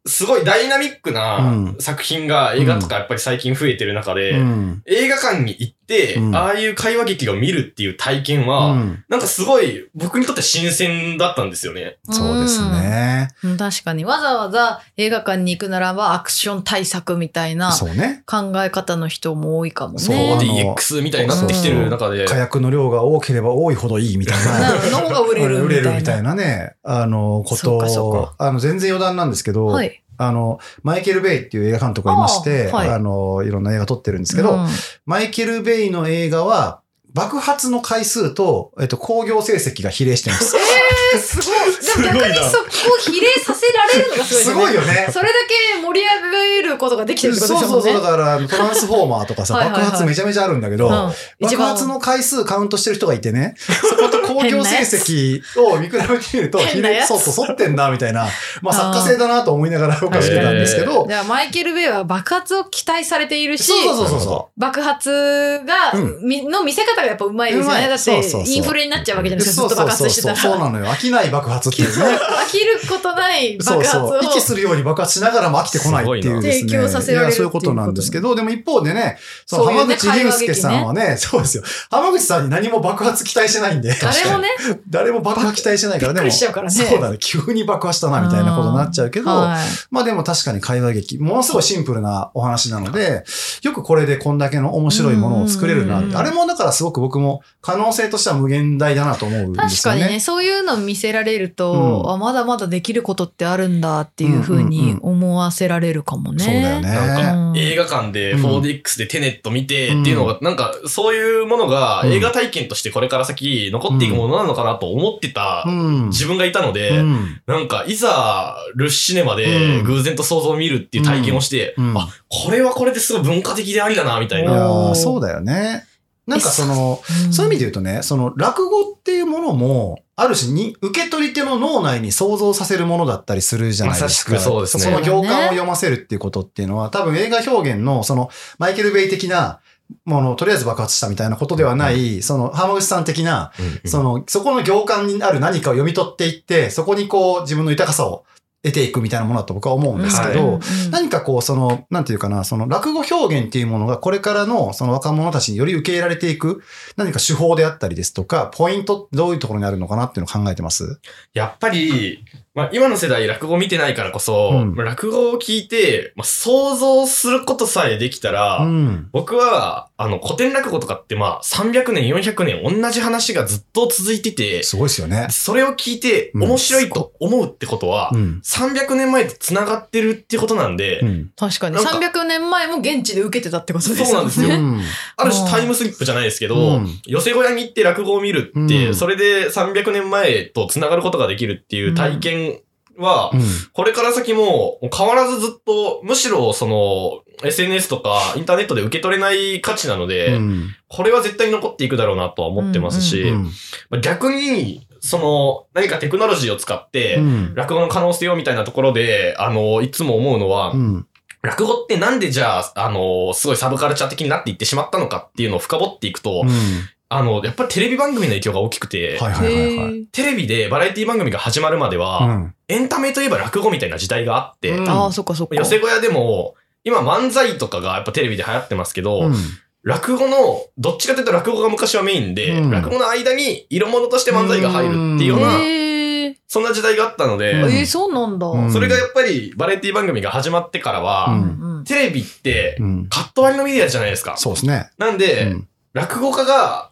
Speaker 3: すごいダイナミック
Speaker 2: う
Speaker 3: なん作品が映画とかやっぱり最近増えてる中で、
Speaker 2: うん
Speaker 3: 映画館に行って、
Speaker 2: うん
Speaker 3: ああいう会話劇を見るっていう体験は、
Speaker 2: うん
Speaker 3: なんかすごい僕にとって新鮮だったんですよね。
Speaker 2: そうですね。
Speaker 1: うん確かにわざわざ映画館に行くならばアクション対策みたいな
Speaker 2: そうね。
Speaker 1: 考え方の人も多いかも
Speaker 2: そう
Speaker 1: ね。
Speaker 3: DX みたいになってきてる中で、
Speaker 2: 火薬の量が多ければ多いほどいいみたい
Speaker 1: な
Speaker 2: な。
Speaker 1: る の方が売れるみた
Speaker 2: 売れ
Speaker 1: いな。
Speaker 2: るみたいなね、あの、こ
Speaker 1: そ
Speaker 2: と
Speaker 1: うかそう
Speaker 2: を
Speaker 1: か、
Speaker 2: あの、全然余談なんですけど、
Speaker 1: はい。
Speaker 2: あの、マイケル・ベイっていう映画監督がいまして、
Speaker 1: あーはい
Speaker 2: あの、いろんな映画撮ってるんですけど、
Speaker 1: うん
Speaker 2: マイケル・ベイの映画は、爆発の回数と、えっと、興行成績が比例してます。
Speaker 1: えーすごい。でも
Speaker 3: すご
Speaker 1: 逆
Speaker 3: い
Speaker 1: に
Speaker 3: な
Speaker 1: そこを比例させられるのがす
Speaker 2: す
Speaker 1: ご
Speaker 2: ご
Speaker 1: い
Speaker 2: い
Speaker 1: よね。
Speaker 2: よね。
Speaker 1: それだけ盛り上げることができて
Speaker 2: そ
Speaker 1: る
Speaker 2: う
Speaker 1: ってこと
Speaker 2: そ
Speaker 1: で
Speaker 2: う
Speaker 1: すも
Speaker 2: そう。
Speaker 1: んね。
Speaker 2: だから、トランスフォーマーとかさ、
Speaker 1: はいはいはい
Speaker 2: 爆発めちゃめちゃあるんだけど、
Speaker 1: うん一
Speaker 2: 爆
Speaker 1: 番
Speaker 2: 発の回数カウントしてる人がいてね、そこと公共成績を見比べてみると、
Speaker 1: 変なやつ
Speaker 2: そうそう、反ってんな、みたいな、まあ作家性だなと思いながら僕は見てたんですけど、
Speaker 1: じゃあマイケル・ベイは爆発を期待されているし、
Speaker 2: そうそうそうそ
Speaker 1: 爆発が、
Speaker 2: う
Speaker 1: みの見せ方がやっぱうまいですよ
Speaker 2: うま
Speaker 1: ね。
Speaker 2: い
Speaker 1: だっ
Speaker 2: そうそうそう
Speaker 1: てインフレになっちゃうわけじゃ
Speaker 2: う。
Speaker 1: ないですか。ずっ
Speaker 2: そう
Speaker 1: と
Speaker 2: そう
Speaker 1: 爆
Speaker 2: そう
Speaker 1: 発して
Speaker 2: そ
Speaker 1: た
Speaker 2: う。そ
Speaker 1: ら。
Speaker 2: うなのよ。飽きない爆発っていうね。
Speaker 1: 飽きることない
Speaker 2: そ
Speaker 1: 爆
Speaker 2: う
Speaker 1: 発
Speaker 2: そ
Speaker 1: を
Speaker 2: う。。息するように爆発しながらも飽きてこないっていうですね。
Speaker 1: すごいな提供させられる
Speaker 2: いやそういうことなんですけど、でも一方でね、その
Speaker 1: そういう
Speaker 2: 浜
Speaker 1: ね
Speaker 2: 口竜介さんはね、そうですよ。浜口さんに何も爆発期待してないんで。
Speaker 1: 誰もね、
Speaker 2: 誰も爆破期待してないから、
Speaker 1: びっ
Speaker 2: で
Speaker 1: く
Speaker 2: も、
Speaker 1: りしちゃうからね
Speaker 2: そうだね、急に爆破したな、みたいなことになっちゃうけど、
Speaker 1: はい
Speaker 2: まあでも確かに会話劇、ものすごいシンプルなお話なので、よくこれでこんだけの面白いものを作れるな
Speaker 1: う
Speaker 2: っ
Speaker 1: ん
Speaker 2: て、あれもだからすごく僕も可能性としては無限大だなと思うんで
Speaker 1: 確
Speaker 2: すよ
Speaker 1: かに
Speaker 2: ね。
Speaker 1: ね、そういうのを見せられると、
Speaker 2: うん
Speaker 1: あまだまだできることってあるんだっていうふうに思わせられるかもね。
Speaker 2: そうだよね。
Speaker 1: なんかうん
Speaker 3: 映画館で
Speaker 2: うん
Speaker 3: 4DX でテネット見てっていうのが、なんかそういうものが
Speaker 2: うん
Speaker 3: 映画体験としてこれから先残っていくものなのかなと思ってた
Speaker 2: うん。
Speaker 3: 自分がいたので、
Speaker 2: うん
Speaker 3: なんかいざルッシネマで
Speaker 2: うん
Speaker 3: 偶然と想像を見るっていう体験をして、
Speaker 2: うんうん
Speaker 3: あ、これはこれですごい文化的でありだな、みたい
Speaker 2: い
Speaker 3: な。
Speaker 2: やーそうだよね。なんかその、そういう意味で言うとね、その落語っていうものも、ある種に、受け取り手の脳内に想像させるものだったりするじゃないですか。
Speaker 3: まさしくそうですね
Speaker 2: の行間を読ませるっていうことっていうのは、多分映画表現の、その、マイケル・ベイ的な、もの、とりあえず爆発したみたいなことではない、その、浜口さん的な、
Speaker 3: うんうん
Speaker 2: その、そこの行間にある何かを読み取っていって、そこにこう、自分の豊かさを得ていくみたいなものだと僕は思うんですけど、
Speaker 3: はい
Speaker 2: 何かこう、その、なんていうかな、その落語表現っていうものがこれからのその若者たちにより受け入れられていく、何か手法であったりですとか、ポイントってどういうところにあるのかなっていうのを考えてます。
Speaker 3: やっぱり、まあ、今の世代落語見てないからこそ、
Speaker 2: うん
Speaker 3: まあ落語を聞いて、まあ、想像することさえできたら、
Speaker 2: うん。
Speaker 3: 僕は、あの、古典落語とかって、まあ、300年、400年、同じ話がずっと続いてて、
Speaker 2: すごいですよね。
Speaker 3: それを聞いて、
Speaker 2: うん
Speaker 3: 面白いと思うってことは、
Speaker 2: うん。
Speaker 3: 300年前と繋がってるってことなんで、
Speaker 2: うん。
Speaker 1: 確かに
Speaker 3: なんか
Speaker 1: 300年前も現地で受けてたってことですよね
Speaker 3: そうなんですよ
Speaker 2: うん
Speaker 3: ある種タイムスリップじゃないですけど、
Speaker 2: うん
Speaker 3: 寄せ小屋に行って落語を見るって、
Speaker 2: うん
Speaker 3: それで300年前と繋がることができるっていう体験は、
Speaker 2: うん
Speaker 3: これから先も変わらずずっと、むしろその SNS とかインターネットで受け取れない価値なので、
Speaker 2: うん
Speaker 3: これは絶対残っていくだろうなとは思ってますし、
Speaker 2: うん
Speaker 3: まあ逆に、その何かテクノロジーを使って、
Speaker 2: うん
Speaker 3: 落語の可能性をみたいなところで、あの、いつも思うのは、
Speaker 2: うん
Speaker 3: 落語ってなんでじゃあ、あの、すごいサブカルチャー的になっていってしまったのかっていうのを深掘っていくと、
Speaker 2: うん
Speaker 3: あの、やっぱりテレビ番組の影響が大きくて、
Speaker 2: はいはいはいはい。
Speaker 1: へー
Speaker 3: テレビでバラエティ番組が始まるまでは、
Speaker 2: うん
Speaker 3: エンタメといえば落語みたいな時代があって、
Speaker 2: うん
Speaker 1: ああそっかそっか
Speaker 3: 寄せ小屋でも、今漫才とかがやっぱテレビで流行ってますけど、
Speaker 2: うん
Speaker 3: 落語の、どっちかというと落語が昔はメインで、
Speaker 2: うん
Speaker 3: 落語の間に色物として漫才が入るっていうような、
Speaker 1: へー
Speaker 3: そんな時代があったので、
Speaker 1: え
Speaker 2: うん
Speaker 1: ー、そうなんだ、
Speaker 2: う
Speaker 1: うん
Speaker 2: ん
Speaker 3: それがやっぱりバラエティ番組が始まってからは、
Speaker 2: うん
Speaker 1: うん
Speaker 3: テレビって
Speaker 2: うん
Speaker 3: カット割りのメディアじゃないですか。
Speaker 2: そうですね。
Speaker 3: なんで、
Speaker 2: うん
Speaker 3: 落語家が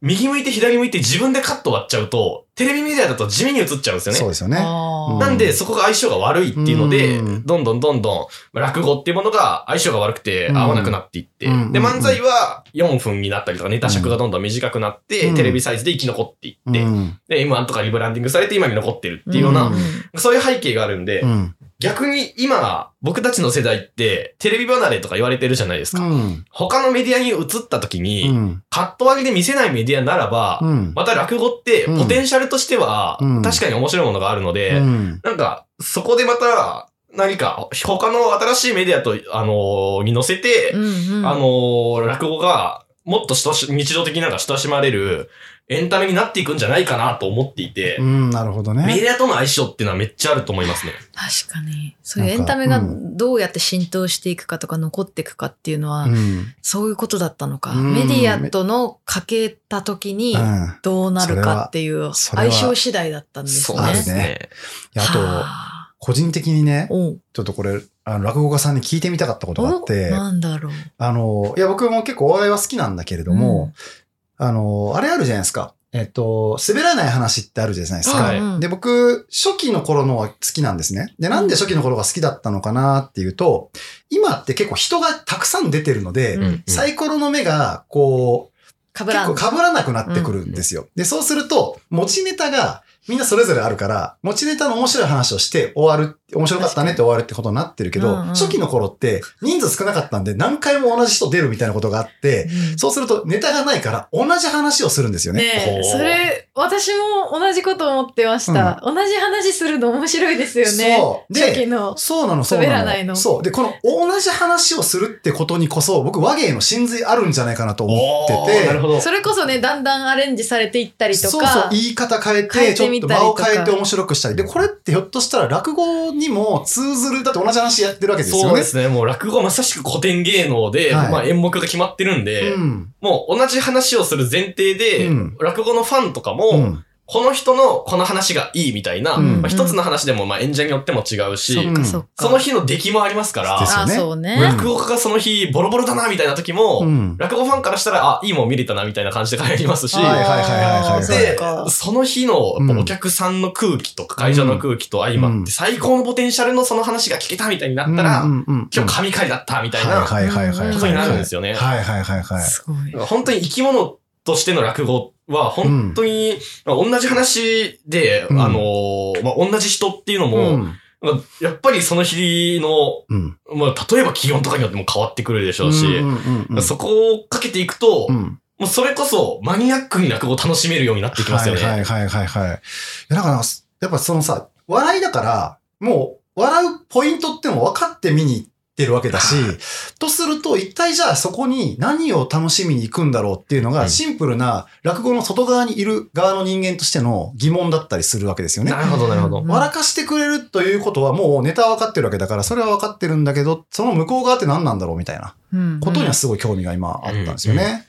Speaker 3: 右向いて左向いて自分でカット割っちゃうと、テレビメディアだと地味に映っちゃうんですよ
Speaker 2: そう
Speaker 3: ね。
Speaker 2: ですよね。
Speaker 1: あー
Speaker 2: うん
Speaker 3: なんでそこが相性が悪いっていうので、
Speaker 2: うん
Speaker 3: どんどんどんどんまあ落語っていうものが相性が悪くて
Speaker 2: うん
Speaker 3: 合わなくなっていって、
Speaker 2: うん
Speaker 3: で漫才は4分になったりとかネタ尺がどんどん短くなって、
Speaker 2: うん
Speaker 3: テレビサイズで生き残っていって、
Speaker 2: うん
Speaker 3: で M1 とかリブランディングされて今に残ってるっていうような、
Speaker 1: ん
Speaker 3: そういう背景があるんで、
Speaker 2: うん
Speaker 3: 逆に今、僕たちの世代って、テレビ離れとか言われてるじゃないです
Speaker 2: う
Speaker 3: か。
Speaker 2: ん
Speaker 3: 他のメディアに移った時
Speaker 2: う
Speaker 3: に、
Speaker 2: ん
Speaker 3: カット割りで見せないメディアならば、
Speaker 2: うん
Speaker 3: また落語って、
Speaker 2: うん
Speaker 3: ポテンシャルとしては
Speaker 2: うん、
Speaker 3: 確かに面白いものがあるので、
Speaker 2: うん
Speaker 3: なんか、そこでまた、何か、他の新しいメディアと、あのーに乗せて、
Speaker 1: うんうん
Speaker 3: あのー落語が、もっと親し日常的になんか親しまれる、エンタメになっていくんじゃないかなと思っていて
Speaker 2: う、んなるほど
Speaker 3: メ
Speaker 2: ね。
Speaker 3: ディアとの相性っていうのはめっちゃあると思いますね。
Speaker 1: 確かにそういう
Speaker 2: な
Speaker 1: エ
Speaker 2: んか
Speaker 1: ンタメが
Speaker 2: うん
Speaker 1: どうやって浸透していくかとか残っていくかっていうのは、
Speaker 2: うん
Speaker 1: そういうことだったのか、
Speaker 2: うん
Speaker 1: メディアとのかけた時に
Speaker 2: うん
Speaker 1: どうなるかっていう
Speaker 2: それは
Speaker 1: 相性次第だったんですね。
Speaker 2: うですねあ
Speaker 1: はあ
Speaker 2: と、個人的にね、
Speaker 1: おう
Speaker 2: ちょっとこれ、あの、落語家さんに聞いてみたかったことがあって、
Speaker 1: なんだろう。
Speaker 2: あの、いや、僕も結構お笑いは好きなんだけれども、あの、あれあるじゃないですか。えっと、滑らない話ってあるじゃないですか。
Speaker 3: はい
Speaker 1: うん
Speaker 2: で、僕、初期の頃のは好きなんですね。で、なんで初期の頃が好きだったのかなっていうと、今って結構人がたくさん出てるので、
Speaker 1: うん
Speaker 3: うん
Speaker 2: サイコロの目が、こう、
Speaker 1: かぶ
Speaker 2: 結
Speaker 1: ら
Speaker 2: 構
Speaker 1: ん。
Speaker 2: 被らなくなってくるんですよ。で、そうすると、持ちネタがみんなそれぞれあるから、持ちネタの面白い話をして終わる、面白かったねって終わるってことになってるけど、
Speaker 1: うんうん
Speaker 2: 初期の頃って人数少なかったんで何回も同じ人出るみたいなことがあって、
Speaker 1: うん
Speaker 2: そうするとネタがないから同じ話をするんですよね。
Speaker 1: ねえ、
Speaker 3: ほう
Speaker 1: それ、私も同じこと思ってました。同じ話するの面白いですよね。
Speaker 2: そう。
Speaker 1: 初期
Speaker 2: で、
Speaker 1: の。
Speaker 2: そうなの、そうなの。
Speaker 1: 滑らないの
Speaker 2: そう。で、この同じ話をするってことにこそ、僕和芸の真髄あるんじゃないかなと思ってて、
Speaker 3: なるほど。
Speaker 1: それこそね、だんだんアレンジされていったりとか。
Speaker 2: そうそう、言い方変えて、
Speaker 1: 変え
Speaker 2: ち
Speaker 1: て
Speaker 2: ょっ
Speaker 1: み
Speaker 2: と
Speaker 1: たり
Speaker 2: 場
Speaker 1: と
Speaker 2: を
Speaker 1: か
Speaker 2: 変えて面白くしたり。で、これってひょっとしたら落語にも通ずる、だって同じ話やってるわけですよね。
Speaker 3: そうですね。もう落語はまさしく古典芸能で、
Speaker 2: はい
Speaker 3: まあ演目が決まってるんで、
Speaker 2: うん。
Speaker 3: もう同じ話をする前提で、
Speaker 2: うん
Speaker 3: 落語のファンとかも、
Speaker 2: うん。
Speaker 3: この人のこの話がいいみたいな、
Speaker 2: うん
Speaker 3: まあ、一つの話でもまあ演者によっても違うし、
Speaker 1: そっかそっか。
Speaker 3: その日の出来もありますから、
Speaker 2: ですよ
Speaker 1: あ、
Speaker 2: ね
Speaker 1: そうね。
Speaker 3: 落語家がその日ボロボロだなみたいな時も、
Speaker 2: うん。
Speaker 3: 落語ファンからしたら、あ、いいもん見れたなみたいな感じで帰りますし、
Speaker 2: はいはいはいはいはい
Speaker 1: そう
Speaker 3: で
Speaker 1: か、
Speaker 3: その日の
Speaker 2: うん
Speaker 3: お客さんの空気とか会場の空気と相まって、
Speaker 2: うん
Speaker 3: 最高のポテンシャルのその話が聞けたみたいになったら、
Speaker 2: うんうんうん、
Speaker 3: 今日神回だったみたいな、
Speaker 2: はいはいはいはい。
Speaker 3: ことになるんですよね
Speaker 2: はいはいはいはい。
Speaker 1: すごい。
Speaker 3: 本当に生き物としての落語は、本当に、まあ同じ話で、
Speaker 2: うん
Speaker 3: あのーまあ、同じ人っていうの
Speaker 2: う
Speaker 3: も、
Speaker 2: ん
Speaker 3: まあやっぱりその日の、
Speaker 2: うん。
Speaker 3: まあ、例えば気温とかによっても変わってくるでしょうし、
Speaker 2: うんうんうん
Speaker 3: そこをかけていくと、
Speaker 2: うん。
Speaker 3: もうそれこそマニアックに落語を楽しめるようになってきますよね。
Speaker 2: はいはいはいはいはい。いや、だから、やっぱそのさ、笑いだから、もう、笑うポイントってのも分かって見にってるわけだし、とすると、一体じゃあそこに何を楽しみに行くんだろうっていうの
Speaker 3: う
Speaker 2: が、
Speaker 3: ん
Speaker 2: シンプルな落語の外側にいる側の人間としての疑問だったりするわけですよね。
Speaker 3: なるほど、なるほど
Speaker 1: う。ん
Speaker 2: 笑かしてくれるということはもうネタは分かってるわけだから、それは分かってるんだけど、その向こう側って何なんだろうみたいな
Speaker 1: うん
Speaker 2: ことにはすごい興味が今あったんですよね。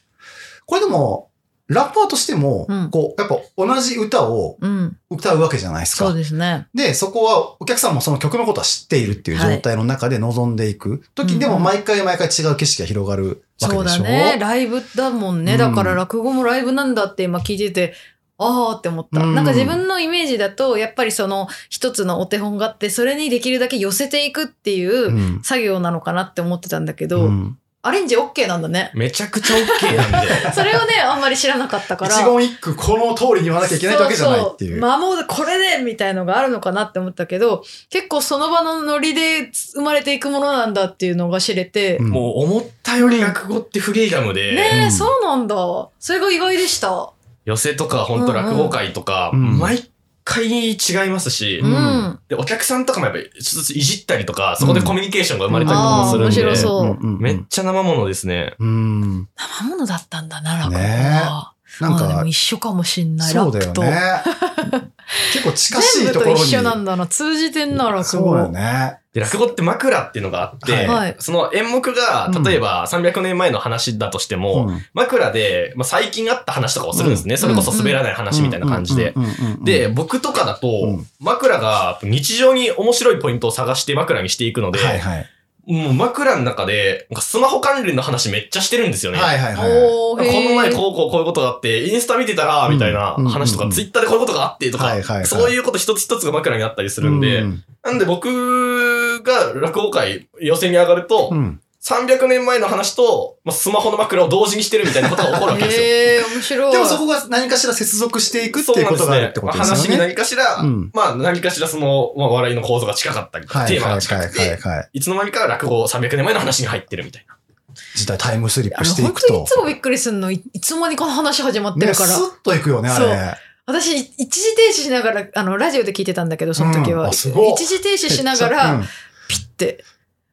Speaker 2: これでも、ラッパーとしても
Speaker 1: うん、
Speaker 2: こう、やっぱ同じ歌を
Speaker 1: うん、
Speaker 2: 歌うわけじゃないですか
Speaker 1: そう。ですね。
Speaker 2: で、そこはお客さんもその曲のことは知っているっていう状態の中で臨んでいく時、
Speaker 1: うん
Speaker 2: でも毎回毎回違う景色が広がるわけ
Speaker 1: そう
Speaker 2: でし
Speaker 1: だ
Speaker 2: ょ
Speaker 1: ね。ライブだもんね。
Speaker 2: うん
Speaker 1: だから落語もライブなんだって今聞いてて、ああって思った。
Speaker 2: うん
Speaker 1: なんか自分のイメージだと、やっぱりその一つのお手本があって、それにできるだけ寄せていくっていう
Speaker 2: うん
Speaker 1: 作業なのかなって思ってたんだけ
Speaker 2: う
Speaker 1: ど、
Speaker 2: ん
Speaker 1: アレンジ OK なんだね。
Speaker 3: めちゃくちゃ OK なんで。
Speaker 1: それをね、あんまり知らなかったから。
Speaker 2: 一言一句この通りに言わなきゃいけないってわけじゃないってい
Speaker 1: そ
Speaker 2: う。
Speaker 1: そまあもうこれでみたいのがあるのかなって思ったけど、結構その場のノリで生まれていくものなんだっていうのが知れて、
Speaker 2: うん
Speaker 3: もう思ったより落語ってフリーダムで、
Speaker 1: ねえ、
Speaker 2: うん
Speaker 1: そうなんだ。それが意外でした。
Speaker 3: 寄席とか本当落語会とか、
Speaker 2: うんうん
Speaker 3: 毎回違いますし、
Speaker 1: う。
Speaker 2: うんん
Speaker 3: で、お客さんとかもやっぱりちょっとずついじったりとか、そこでコミュニケーションが生まれたりとかもするんで、
Speaker 1: うんあー面白そう
Speaker 2: うんうんうん
Speaker 3: めっちゃ生ものですね。
Speaker 2: うん。
Speaker 1: 生ものだったんだな、落語
Speaker 2: ね
Speaker 1: は。
Speaker 2: なん
Speaker 1: あで
Speaker 2: か
Speaker 1: も、一緒かもしんない、
Speaker 2: そう
Speaker 1: 楽
Speaker 2: だよ
Speaker 1: と。
Speaker 2: ね。結構近し
Speaker 1: 全
Speaker 2: い
Speaker 1: 部
Speaker 2: とことろに。
Speaker 1: 一緒なんだな。通じてんな、落
Speaker 2: そう
Speaker 1: 語。
Speaker 2: だよね。
Speaker 3: で、落語って枕っていうのがあって、
Speaker 1: はい
Speaker 3: その演目が
Speaker 2: うん、
Speaker 3: 例えば300年前の話だとしても、
Speaker 2: うん
Speaker 3: 枕で、まあ、最近あった話とかをするんですね。それこそ滑らない話みたいな感じで。。
Speaker 2: うんうんうんうん、
Speaker 3: で、僕とかだと
Speaker 2: うん、
Speaker 3: 枕が日常に面白いポイントを探して枕にしていくので、
Speaker 2: はいはい。
Speaker 3: もう枕の中で、なんかスマホ関連の話めっちゃしてるんですよね。
Speaker 2: はいはいはい。
Speaker 1: お
Speaker 3: こ
Speaker 1: ー、へー
Speaker 3: の前こうこうこういうことがあって、インスタ見てたら、みたいな
Speaker 2: うん
Speaker 3: 話と
Speaker 2: う
Speaker 3: か、
Speaker 2: ん
Speaker 3: ツイッターでこういうことがあってと
Speaker 2: は
Speaker 3: か
Speaker 2: いはいはい、
Speaker 3: そういうこと一つ一つが枕になったりするん
Speaker 2: う
Speaker 3: で、
Speaker 2: ん
Speaker 3: なんで僕が落語会予選に上がると
Speaker 2: う、ん。
Speaker 3: 300年前の話と、まあ、スマホの枕を同時にしてるみたいなことが起こるわけですよ。
Speaker 1: へー、面白い。
Speaker 2: でもそこが何かしら接続していくっていうことがあるってことですよね。
Speaker 3: そうなんですねまあ話に何かしら、
Speaker 2: うん
Speaker 3: まあ何かしらその、まあ笑いの構造が近かったりとか、
Speaker 2: はい
Speaker 3: テーマ
Speaker 2: はい
Speaker 3: が
Speaker 2: は
Speaker 3: 近
Speaker 2: い
Speaker 3: くて、
Speaker 2: はいいはい。
Speaker 3: つの間にか落語300年前の話に入ってるみたいな。
Speaker 2: 時代タイムスリッ
Speaker 1: あ
Speaker 2: プ
Speaker 1: の
Speaker 2: してい
Speaker 1: 本
Speaker 2: く
Speaker 1: 当にい
Speaker 2: と。
Speaker 1: つもびっくりするの、いいつまにこの話始まって
Speaker 2: ね、
Speaker 1: るから。
Speaker 2: スッといくよね、あ
Speaker 1: そう
Speaker 2: れ。
Speaker 1: 私、一時停止しながら、あの、ラジオで聞いてたんだけど、その時
Speaker 2: うん
Speaker 1: は。
Speaker 2: あすごい
Speaker 1: 一時停止しながら、
Speaker 2: うん、
Speaker 1: ピッて、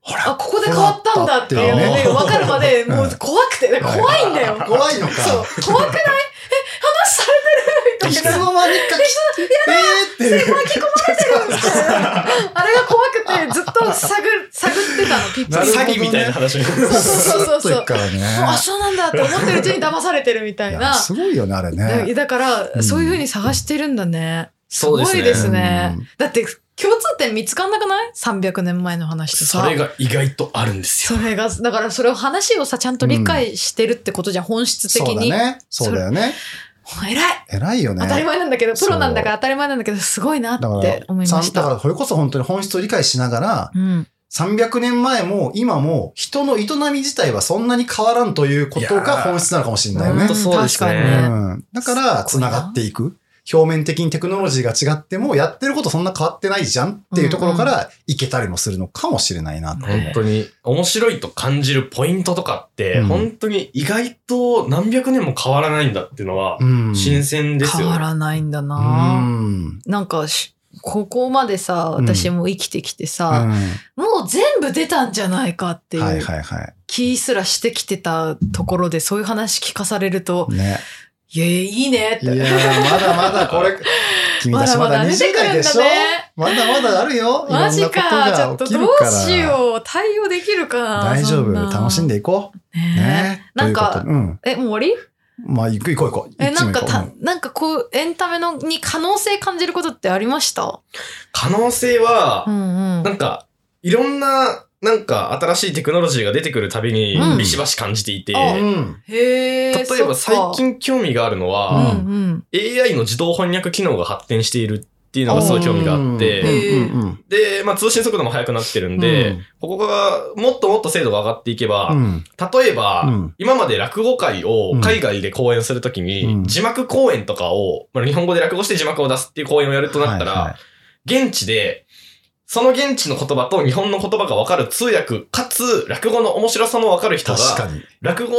Speaker 2: ほ
Speaker 1: あ、
Speaker 2: ら、
Speaker 1: ここで変わったんだっていうの
Speaker 2: 変わったって
Speaker 1: で、
Speaker 2: いうね
Speaker 1: 分かるまで、も
Speaker 2: うん
Speaker 1: う怖くて、怖いんだよ。
Speaker 2: 怖いのか。
Speaker 1: そう、怖くないえ、話されてるみ
Speaker 2: いつ
Speaker 1: たいな。
Speaker 2: の間にか来て、えーっていう。
Speaker 1: あれが怖くて、ずっと探る、探ってたの、ピッ
Speaker 2: なるほど
Speaker 1: チ
Speaker 2: ね
Speaker 3: 詐欺みたいな話を。
Speaker 1: そうそうそうそう
Speaker 2: スッといくからね。
Speaker 1: あ、そうなんだって思ってるうちに騙されてるみたい
Speaker 2: いや
Speaker 1: な。
Speaker 2: すごいよね、あれね。
Speaker 1: だだから、
Speaker 2: ん
Speaker 1: そういうふうに探してるんだね。す
Speaker 3: そう
Speaker 1: ご
Speaker 3: ですね
Speaker 1: いですね
Speaker 2: うん。
Speaker 1: だって、共通点見つかんなくない ?300 年前の話とさ。
Speaker 3: それが意外とあるんです
Speaker 1: そ
Speaker 3: よ。
Speaker 1: れが、だからそれを話をさ、ちゃんと理解してるってことじゃん、本質的
Speaker 2: そうだ
Speaker 1: に。
Speaker 2: ね。そうだよね。
Speaker 1: お偉い
Speaker 2: 偉いよね。
Speaker 1: 当たり前なんだけど、プロなんだから
Speaker 2: そ
Speaker 1: 当たり前なんだけど、すごいなっ
Speaker 2: だか
Speaker 1: て思
Speaker 2: ら、
Speaker 1: い
Speaker 2: さ
Speaker 1: ま
Speaker 2: ん
Speaker 1: し
Speaker 2: だか
Speaker 1: た。
Speaker 2: らこれこそ本当に本質を理解しながら、
Speaker 1: うん。
Speaker 2: 300年前も今も人の営み自体はそんなに変わらんということ
Speaker 3: いや
Speaker 2: が
Speaker 3: ー
Speaker 2: 本質なのかもしれないよ
Speaker 1: うん
Speaker 2: ね
Speaker 3: 本当。そうですね
Speaker 1: 確かにね
Speaker 2: うんだから、
Speaker 1: すごいな
Speaker 2: 繋がっていく。表面的にテクノロジーが違っても、やってることそんな変わってないじゃんっていうところから、いけたりもするのかもしれないなと。
Speaker 3: 本当に面白いと感じるポイントとかって、
Speaker 2: うん
Speaker 3: 本当に意外と何百年も変わらないんだっていうのは、
Speaker 2: うん。
Speaker 3: 新鮮です
Speaker 1: 変
Speaker 3: よ
Speaker 1: わ
Speaker 3: ね。
Speaker 1: らないんだ
Speaker 2: う
Speaker 1: な。
Speaker 2: ん。
Speaker 1: なんかし、ここまでさ、
Speaker 2: うん
Speaker 1: 私も生きてきて
Speaker 2: うん
Speaker 1: さ、もう全部出たんじゃないかって
Speaker 2: はい
Speaker 1: いう
Speaker 2: はいは
Speaker 1: 気すらしてきてたところで、そういう話聞かされると
Speaker 2: い。、ね。
Speaker 1: いやいやいいねっ
Speaker 2: いやー
Speaker 1: て。
Speaker 2: まだまだこれ、君たちまだ
Speaker 1: まだまだ
Speaker 2: 20代でしょ
Speaker 1: 出てくるんだね
Speaker 2: まだまだあるよ。いろんな
Speaker 1: マ
Speaker 2: こと
Speaker 1: ジか。ちょ
Speaker 2: が
Speaker 1: っと
Speaker 2: 起き
Speaker 1: ど
Speaker 2: る
Speaker 1: う
Speaker 2: から
Speaker 1: しよう。対応できるかな。
Speaker 2: 大丈夫。楽しん
Speaker 1: で。
Speaker 2: でいこう。
Speaker 1: ね
Speaker 2: ね。
Speaker 1: なんか
Speaker 2: ということでうん。
Speaker 1: え、もう終わり
Speaker 2: まあ、行く行こう行こう。
Speaker 1: え、なんか
Speaker 2: いつも行
Speaker 1: た
Speaker 2: こ、
Speaker 1: なんかこう、エンタメのに可能性感じることってありました
Speaker 3: 可能性は
Speaker 1: う、んうん
Speaker 3: な。んか、いろんな、なんか新しいテクノロジーが出てくるたびに
Speaker 1: うん、
Speaker 3: ビシバシ感じていて、
Speaker 1: あ
Speaker 2: ううん。
Speaker 1: へえ。
Speaker 3: 例え
Speaker 1: そっ
Speaker 3: ば最
Speaker 1: か、
Speaker 3: 近興味がある
Speaker 1: う
Speaker 3: のは、
Speaker 1: んうん。
Speaker 3: AI の自動翻訳機能が発展しているっていうのがすごい興味があっ
Speaker 1: うん
Speaker 3: て、
Speaker 2: うんうんうん
Speaker 3: で、まあ通信速度も速くなってるん
Speaker 2: う
Speaker 3: で
Speaker 2: ん、
Speaker 3: ここがもっともっと精度が上がっていけば、
Speaker 2: うん
Speaker 3: 例えば、
Speaker 2: うん
Speaker 3: 今まで落語会を海外で公演するときに、
Speaker 2: うん
Speaker 3: 字幕公演とかを、まあ、日本語で落語して字幕を出すっていう公演をやるとなったら、
Speaker 2: はいはい
Speaker 3: 現地で、その現地の言葉と日本の言葉が分かる通訳、かつ落語の面白さも分かる人
Speaker 2: 確
Speaker 3: が、
Speaker 2: かに。
Speaker 3: 落語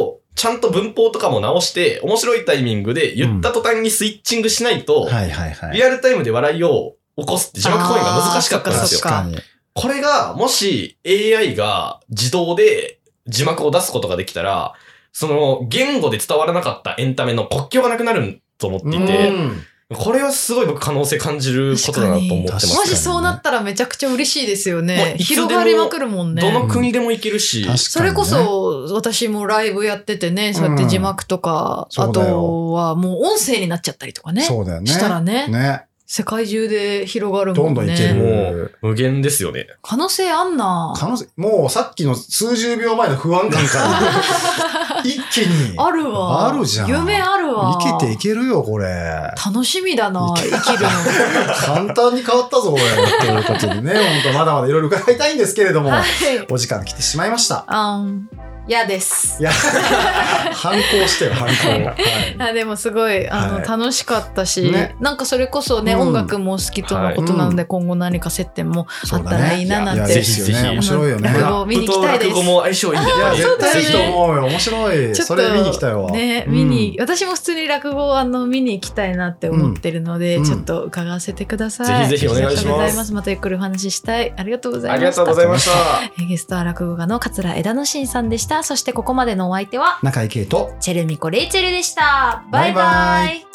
Speaker 3: をちゃんと文法とかも直して、面白いタイミングで言った途端にスイッチングしないと、
Speaker 2: はいはいはい。
Speaker 3: リアルタイムで笑いを起こすって字幕公演が難しかったんです
Speaker 1: そ
Speaker 3: よ
Speaker 1: っ。か
Speaker 2: に。
Speaker 3: これが、もし AI が自動で字幕を出すことができたら、その言語で伝わらなかったエンタメの国境がなくなると思っていて、
Speaker 2: うん
Speaker 3: これはすごい僕可能性感じることだなと思ってま
Speaker 2: 確
Speaker 3: す。
Speaker 2: か
Speaker 1: も
Speaker 2: に
Speaker 1: しそうなったらめちゃくちゃ嬉しいですよ
Speaker 3: もう
Speaker 1: ね。
Speaker 3: いつでも
Speaker 1: 広がりまくるもんね。
Speaker 3: どの国でもいけるし、
Speaker 2: 確かにね
Speaker 1: それこそ、私もライブやっててね、そうやって字幕とか、
Speaker 2: うん
Speaker 1: あとはもう音声になっちゃったりとかね。
Speaker 2: そうだよね。
Speaker 1: したらね
Speaker 2: ね。
Speaker 1: 世界中で広がる
Speaker 2: ど
Speaker 1: も
Speaker 2: ん
Speaker 1: ん
Speaker 2: ど
Speaker 1: ね。
Speaker 2: んいける。
Speaker 3: 無限ですよね。
Speaker 1: 可能性あんな。
Speaker 2: 可能性、もうさっきの数十秒前の不安感 から、一気に、
Speaker 1: あるわ。
Speaker 2: あるじゃん
Speaker 1: 夢あるわ。
Speaker 2: 生きていけるよ、これ。
Speaker 1: 楽しみだな、生きる の。
Speaker 2: 簡単に変わったぞ、これ。ということでね、本当まだまだいろいろ伺いたいんですけれども、
Speaker 1: はい。
Speaker 2: お時間来てしまいました。
Speaker 1: あん、嫌です。
Speaker 2: いや、反抗してよ、反抗。はい
Speaker 1: あでもすごいあの、
Speaker 2: はい
Speaker 1: 楽しかったし、
Speaker 2: ね
Speaker 1: なんかそれこそね、
Speaker 2: うん
Speaker 1: 音楽も好きとのことなので、
Speaker 2: は
Speaker 1: 今後何か接点もあ
Speaker 2: そ
Speaker 1: っ
Speaker 2: う
Speaker 1: た
Speaker 2: だね
Speaker 1: らいいななんて、
Speaker 2: いや、
Speaker 3: い
Speaker 2: ぜひぜひ、
Speaker 3: ぜひ
Speaker 2: 面白いよね。い
Speaker 1: ラ
Speaker 2: や
Speaker 1: ブを見に行きたいです
Speaker 3: ラップと落語も相性いいんで、やっぱり
Speaker 2: 絶対いい
Speaker 1: ね
Speaker 2: と思うよ。面白い。
Speaker 1: ちょっと
Speaker 2: それ見に来たよ。
Speaker 1: ね、
Speaker 2: うん
Speaker 1: 見に、私も普通に落語をあの見に行きたいなって思ってるので、
Speaker 2: うん
Speaker 1: ちょっと伺わせてください、
Speaker 3: ぜひぜひお願いし
Speaker 1: ありが
Speaker 3: ます
Speaker 1: とうございますまたゆっくりお話ししたいありがとうございました
Speaker 3: ありがとうございました。
Speaker 1: えゲストは落語家の桂枝野伸さんでしたそしてここまでのお相手は
Speaker 2: 中井圭と、
Speaker 1: チェルミコレイチェルでしたバイバ
Speaker 2: バイバ
Speaker 1: イ